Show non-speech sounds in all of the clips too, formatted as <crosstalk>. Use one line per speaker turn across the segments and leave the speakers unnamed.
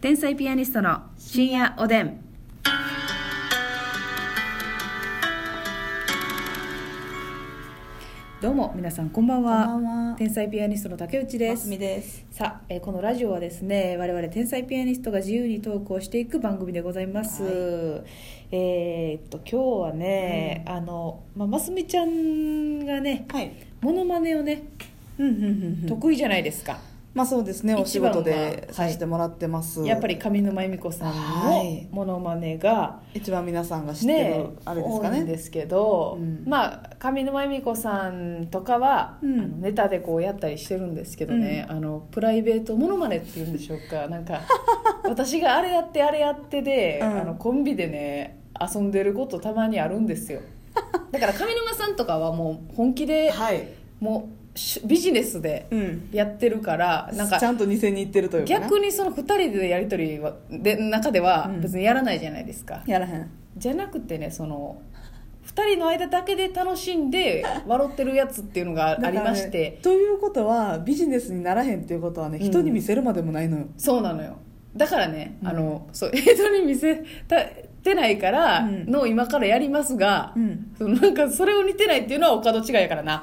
天才ピアニストの深夜おでん。どうも皆さんこんばんは。
こんばんは
天才ピアニストの竹内です。
みです。
さあ、えーこのラジオはですね我々天才ピアニストが自由にトークをしていく番組でございます、
は
えーっと今日はね、あの、まあ、ますみちゃんがね
はい。
モノマネをね、
うんうんうんうん。
得意じゃないですか、
まあそうですね。お
一
仕
番は
事でさせてもらってます。
やっぱり上沼恵美子さん
は
の
い
モノマネが
一番皆さんが知って
ね
るあれですか
多い
ね。
んですけど、
うん
まあ上沼恵美子さんとかは、
うん
あのネタでこうやったりしてるんですけどね、あのプライベートモノマネっていうんでしょうかなん
<laughs>
か私があれやってあれやってで、
うん
あのコンビでね遊んでることたまにあるんですよだから上沼さんとかはもう本気で
はい。
もうしビジネスで
うん。
やってるからなんか
ちゃんと偽に行ってるというかね。
逆にその2人でやり取りはで中では
うん
別にやらないじゃないですか、
やらへん。
じゃなくてねその2人の間だけで楽しんで笑ってるやつっていうのがありまし
だからね
て、
ということはビジネスにならへんっていうことはね、
うん
人に見せるまでもないのよ。
そうなのよだからね、
うん
あのそう映像に見せたてないから
うん
の今からやりますが、
ん。
そのなんかそれを似てないっていうのはお門違いやから
<laughs>
な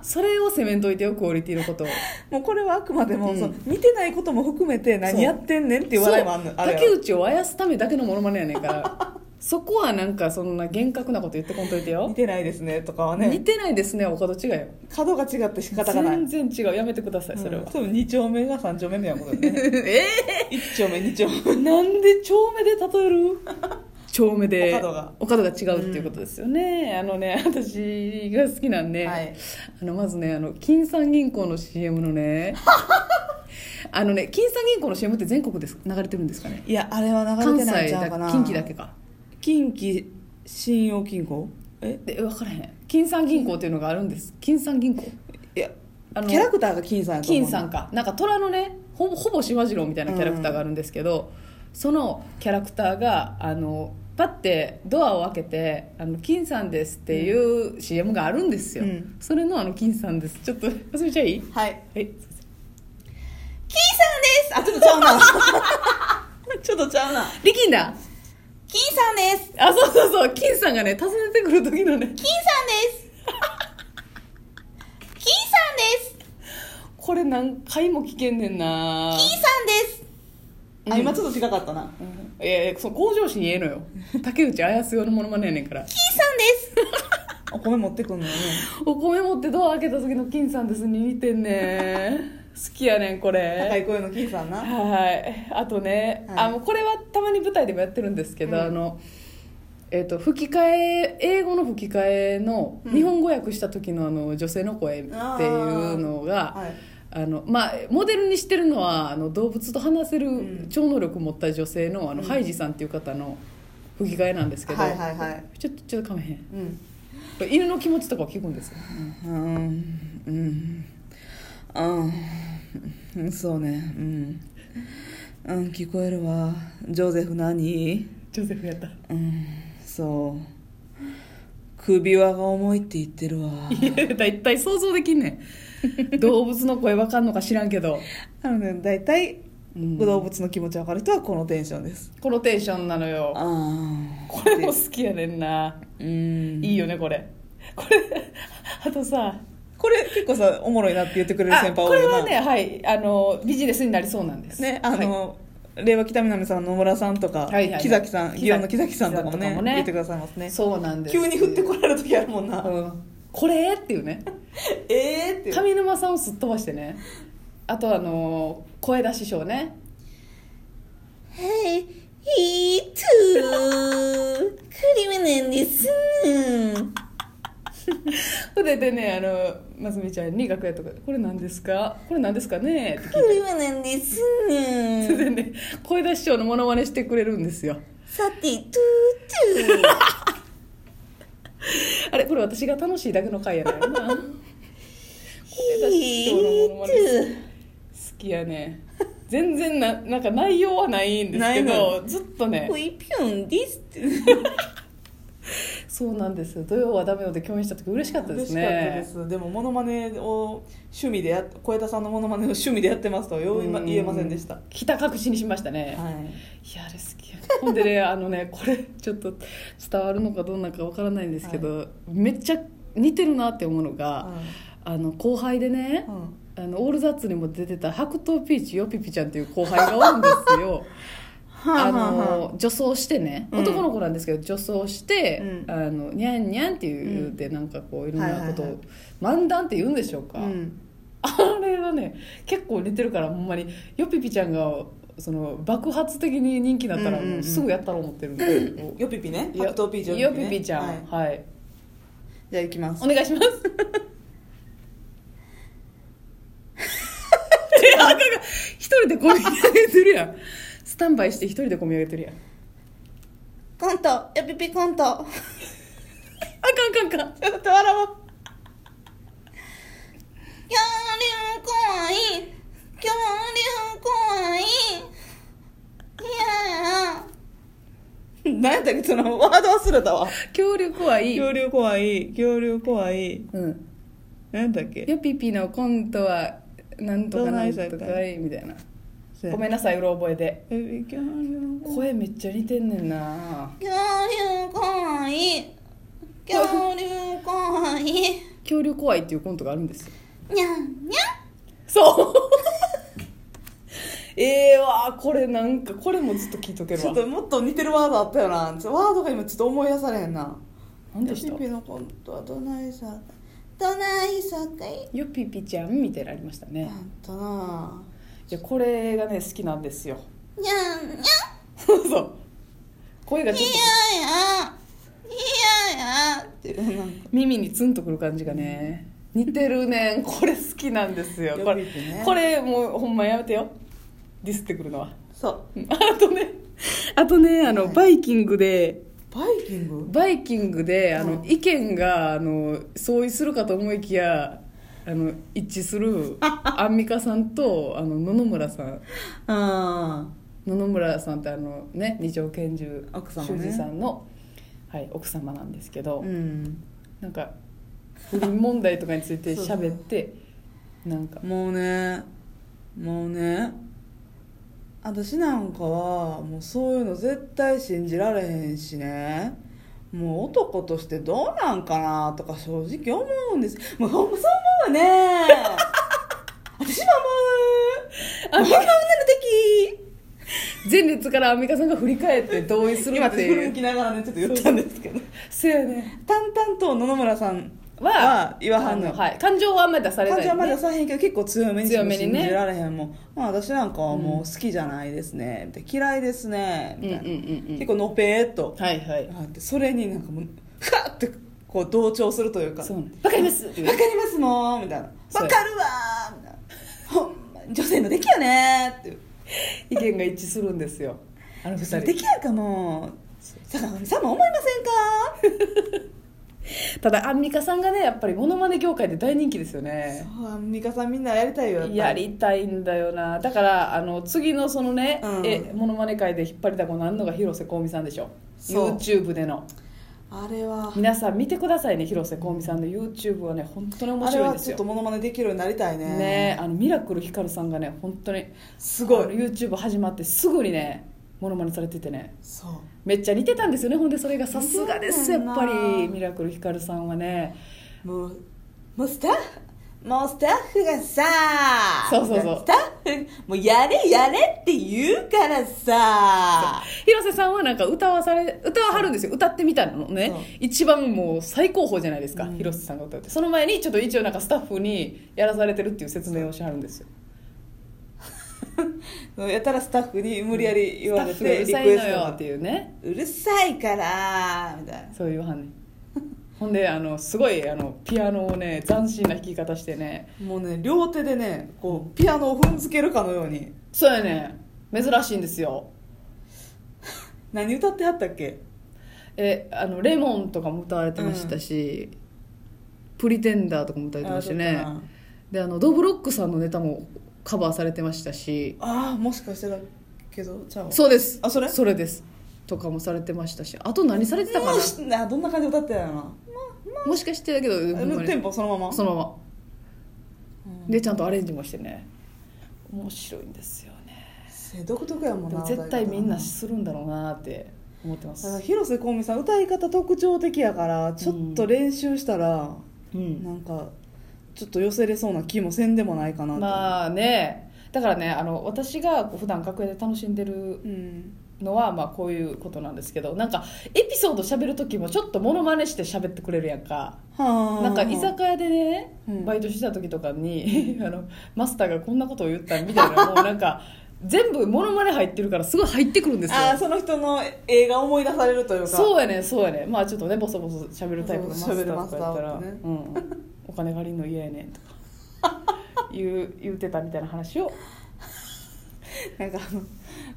それを責めんといてよクオリティのことを
もうこれはあくまでも、
うん
その見てないことも含めて何やってんねんっていう笑いもあんの
そう
あれは
竹内をあやすためだけのモノマネやねんから
<laughs>
そこはなんかそんな厳格なこと言ってこんといてよ
似てないですねとかは
似
ね
てないですねお門違いよ
角が違って仕方がない、うん、
全然違うやめてくださいそれは、
多分2丁目が3丁目みたいなことだね
え
1丁目2丁目
ーなんで丁目で例え <laughs> る丁目で
お角が
お角が違うっていうことですよね、あのね <laughs> 私が好きなんで、
はい
あのまずねあの金山銀行の CM の <laughs> ねあのね金山銀行の CM って全国です流れてるんですかね
いやあれは流
関
れてないん
西
ちゃ
だ
うかな
近畿だけか
近畿信用金庫え
で分からへん金山銀行っていうのがあるんです金山銀行
いや
あの
キャラクターが金さんやと思う
金さんかなんか虎のねほほぼ島次郎みたいなキャラクターがあるんですけど、そのキャラクターがあのパッてドアを開けて「あの金さんです」っていう CM があるんですよ、
うん
それの「あの金さんです」ちょっと忘れちゃいい
は
は
い
い
金さんですあちょっとちゃうな
<laughs>
ちょっとちゃうな
力んだ
金さんです
あそうそうそう金さんがね訪ねてくる時のね
金さんです金さんです
これ何回も聞けんねんな
さんですあ今ちょっと違かったな
うんいやいやその向上心言えのよ竹内綾瀬用のモノマネやねんから
金さんです
<laughs>
お米持ってくんのよね
お米持ってドア開けた時の金さんですに似てんね
<laughs>
好きやねんこ
高
れ
い声の金さんな
はいあとね、
はい
あもうこれはたまに舞台でもやってるんですけど、
うん
あのえっと吹き替え英語の吹き替えの
うん
日本語訳した時のあの女性の声っていうのが、
はい
あのまあ、モデルにしてるのはあの動物と話せる
ん
超能力を持った女性のあの、
うん
ハイジさんっていう方の吹き替えなんですけど、
はいはいはい
ちょっとちょっとかめへん
うん
これ犬の気持ちとかを聞くんですよ
うんうんあうんそうねうん、うん、聞こえるわジョゼフ何
ジョゼフやったら
うんそう首輪が重いって言ってるわ
いや大体想像できんねん動物の声わかんのか知らんけど、
あのね大体
うん
動物の気持ち分かる人はこのテンションです
このテンションなのよ
あ
これも好きやねんな
あうん
いいよねこれこれあとさ
これ結構さおもろいなって言ってくれる
あ
先輩
こ
多い
れ
よな
はねはいあのビジネスになりそうなんです
ねあ
はい
の、令和北南さん野村さんとか、
はいはいはい
木崎さん
木崎
祇園の木崎さんとかも
木崎
ね
とかもね
言ってくださいますね
そうなんです
急に振ってこられる時あるもんな、
うんこれっていうね
ええー、って
上沼さんをすっ飛ばしてねあとあの声出しショーね
はいヒートゥークリムネンです
それでねあのますみちゃんに楽屋とかで「これ何ですかこれ何ですかね?」って聞いて
クリムネンです
それでね声出しショーのモノマネしてくれるんですよ
さてトゥートゥー
あれこれ私が楽しいだけの回やねんな
<laughs>
声出しショーのモノマネ好きやね全然ななんか内容はないんですけ
ない
どずっとね
イピュンです
そうなんです土曜はダメよで共演した時嬉しかったで
嬉
す
しかったで
ね
すでもモノマネを趣味でやっ小枝さんのモノマネを趣味でやってますとはよう今
うん
言えませんでしたは
ひた隠しにしましたね、
い
いやあれ好きやほんで
<laughs>
ねあのねこれちょっと伝わるのかどうなのかわからないんですけど、めっちゃ似てるなって思うのが、あの後輩でね、あのオールザッツにも出てた白桃ピーチよぴぴちゃんっていう後輩がおるんです
<laughs>
よあの女装してね
うん
男の子なんですけど女装して、
うん
あのにゃんにゃんっていうでなんかこういろんなことを、
はいはい
漫談って言うんでしょうか、あれはね結構似てるからほんまによぴぴちゃんがその爆発的に人気になったら
うんうんうん
もうすぐやったろう思ってるんですけど、
よぴぴね
よ
白桃ピーチ
よぴぴちゃん
は
はいい、
じゃあ行きます
お願いします <laughs> 手赤が一人で込み上げてるやんスタンバイして一人で込み上げてるやん
コントよぴぴコント
あかんあかんあかん
ちょっと笑おう恐竜怖い恐竜怖いいや何やったっけそのワード忘れたわ
恐竜怖い
恐竜怖い恐竜怖い
うん
何だっけ
よぴぴのコントはなんとかなんとかいみたいなごめ
ん
んなさいうろ覚えで
恐竜怖い
声めっちゃ似てんねんな
恐竜怖い恐竜怖い
恐竜怖いっていうコントがあるんですよ
にゃんにゃ
そう <laughs> ええわこれなんかこれもずっと聞いとけ
んち
ば
ょっともっと似てるワードあったよなちょっとワードが今ちょっと思い出されへんな
何でした
ピピのコントはどないさどないさかい
よぴぴちゃんみたいなのありました
あ
ね
んたな
じゃこれがね好きなんですよ <laughs>
にゃんにゃんい
そう声がちょっと
ややいやや
っていうなんか
耳にツンとくる感じがね似てるねんこれ好きなんですよこれ
よぴぴね
これもうほんまやめてよディスってくるのは
そう
うんあとねあとねあの、
はい
バイキングで
バイキング
バイキングであの、
うん
意見があの相違するかと思いきやあの一致するアンミカさんとあの野々村さ <laughs> ん
あ
野々村さんってあのね二条拳銃
奥様ね
修二さんの、はい、奥様なんですけど、
うん
なんか不倫問題とかについて喋ってなんか
もうねもうね私なんかはもうそういうの絶対信じられへんしねもう男としてどうなんかなとか正直思うんですもうほんまそう思うね私も思う女の敵
前列からアンミカさんが振り返って同意する
今
っ
私
て
古
い
いき
う
ながらねちょっと言ったんですけど
せやね
淡々と野々村さん
は
は言わはんのよ
はい、感情はあんまり出されない、
感情はまださへんけど結構強めにしか
強めに
信
ね
じられへんもん、まあ、私なんかはもう好きじゃないですね、みたいな嫌いですねみたいな、
うんうんうんうん
結構のぺーっと、
はいはい
あってそれになんかもうふわってこう同調するというか「
そう
わ
ねわかりますっていう
かりますもん」みたいな「
そう
わかるわ」みたいな「ほんま女性の出来やね」っていう
意見が一致するんですよあの二
「出
人
来やかも」坂上さんも思いませんか
ただアンミカさんがねやっぱりモノマネ業界で大人気ですよね
そうアンミカさんみんなやりたいよやっぱ
やりたいんだよなだからあの次のそのね、
うん
えモノマネ界で引っ張りだこなんのが広瀬香美さんでしょ
そう
YouTube での
あれは
皆さん見てくださいね広瀬香美さんの YouTube はね本当に面
あれ
白いん
は
です
ちょっ
よ
とモノマネできるようになりたいね
ねあのミラクルひかるさんがね本当に
すご
あの
い
YouTube 始まってすぐにねモノマネされててね
そう
めっちゃ似てたんですよねほんでそれがさすがですやっぱ
似てんねん
り
な
ミラクルひかるさんはね
もうもうスタッフもうスタッフがさ
そうそうそう
スタッフもうやれやれって言うからさ
広瀬さんはなんか歌わされ歌ははるんですよ歌ってみたのね
そう
一番もう最高峰じゃないですか、
うん
広瀬さんが歌うってその前にちょっと一応なんかスタッフにやらされてるっていう説明をしはるんですよ
やたらスタッフに無理やり言われ
スタッ
て
フ
リ
が
ク
うる
エ
さいの
スト
よ
が
っていうね
うるさいからみたいな
そういうはんねんほんであのすごいあのピアノをね斬新な弾き方してね
もうね両手でねこうピアノを踏んづけるかのように
そうやね珍しいんですよ
何歌ってはったっけ
えあのレモンとかも歌われてましたし、プリテンダーとかも歌われてましたね
あ
であのドブロックさんのネタもカバーされてましたし
あーもしかしたらけどちゃう
そうです
あそれ
それですとかもされてましたしあと何されてたか
もう
な
しあどんな感じで歌ってたんやろな
もしかしてだけどほんま
テン
に
ポそのまま
そのまま
うん
でちゃんとアレンジもしてね面白いんですよね
せ独特やもん
で
な
も絶対みんな
だ
するんだろうなって思ってま
から
す
広瀬香美さん歌い方特徴的やからちょっと練習したら、
うん
なんかちょっと寄せれそうな気もせんでもないかなと
まあねだからねあの私がこう普段楽屋で楽しんでる
うん
のはまあこういうことなんですけどなんかエピソード喋る時もちょっとモノマネして喋ってくれるやんか
はあ
なんか居酒屋でね、
うん
バイトしてた時とかに <laughs> あのマスターがこんなことを言ったみたいな <laughs> もうなんか全部モノマネ入ってるからすごい入ってくるんですよ
ああその人の映画思い出されるというか
そうやねそうやねまあちょっとねボソボソ喋るタイプのマスターとかやったら、
喋るマスターってね
うん、 <laughs> お金借りんの嫌やねんとか言う言うてたみたいな話を
なんかあの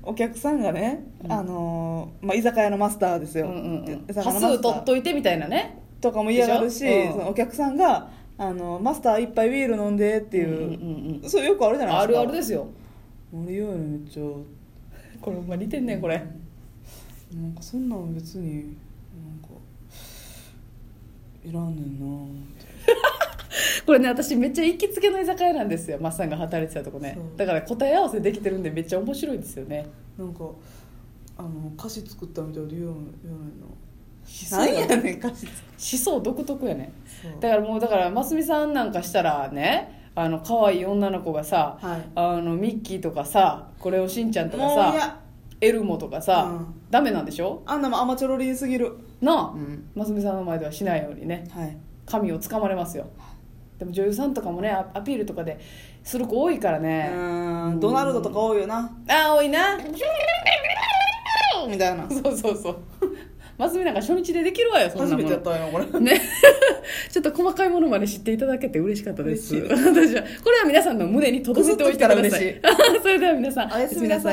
お客さんがね、
うん
あのーまあ、居酒屋のマスターです
う
よ、
んうんうん
居
端
酒屋のマ
数
スタ
取っ
ー
といてみたいなね
とかも嫌がるし、
でしょうん
そのお客さんがあの「マスター一杯ビール飲んで」っていう、
んうん
そうよくあるじ
う
ゃ
ん、
ない
あ
です
る
か
あるですよ
俺言うよねめっちゃ
これほんま似てんねんこれ
なんかそんなん別になんかいらんねんなーって
これね私めっちゃ行きつけの居酒屋なんですよマッさんが働いてたとこね
そう
だから答え合わせできてるんでめっちゃ面白いですよね
なんかあの歌詞作ったみたいで言うよね言う
思
ねんな
想
なんやねん歌詞作っ
独特やね
そう
だからもうだからますみさんなんかしたらねあの可愛い女の子がさ、
はい
あのミッキーとかさこれをしんちゃんとか
もうい
さ
や
エルモとかさ、
うん
ダメなんでしょ
あんなもんアマチュアリンすぎる
なあ、
ん
ますみさんの前ではしないようにね
はい
髪をつかまれますよでも女優さんとかもねアアピールとかでする子多いから
う
ね、
ーんドナルドとか多いよな
ああ多いな
みたいな
そうそうそうますみなんか初日でできるわよそん
初
な
め
も
てやっ
の
たんよこれ
ね <laughs> ちょっと細かいものまで知っていただけて嬉しかったです
嬉しい
<laughs> 私はこれは皆さんの胸に届いておいてください
ぐずっとき
<laughs> それでは皆さん
おやすみなさい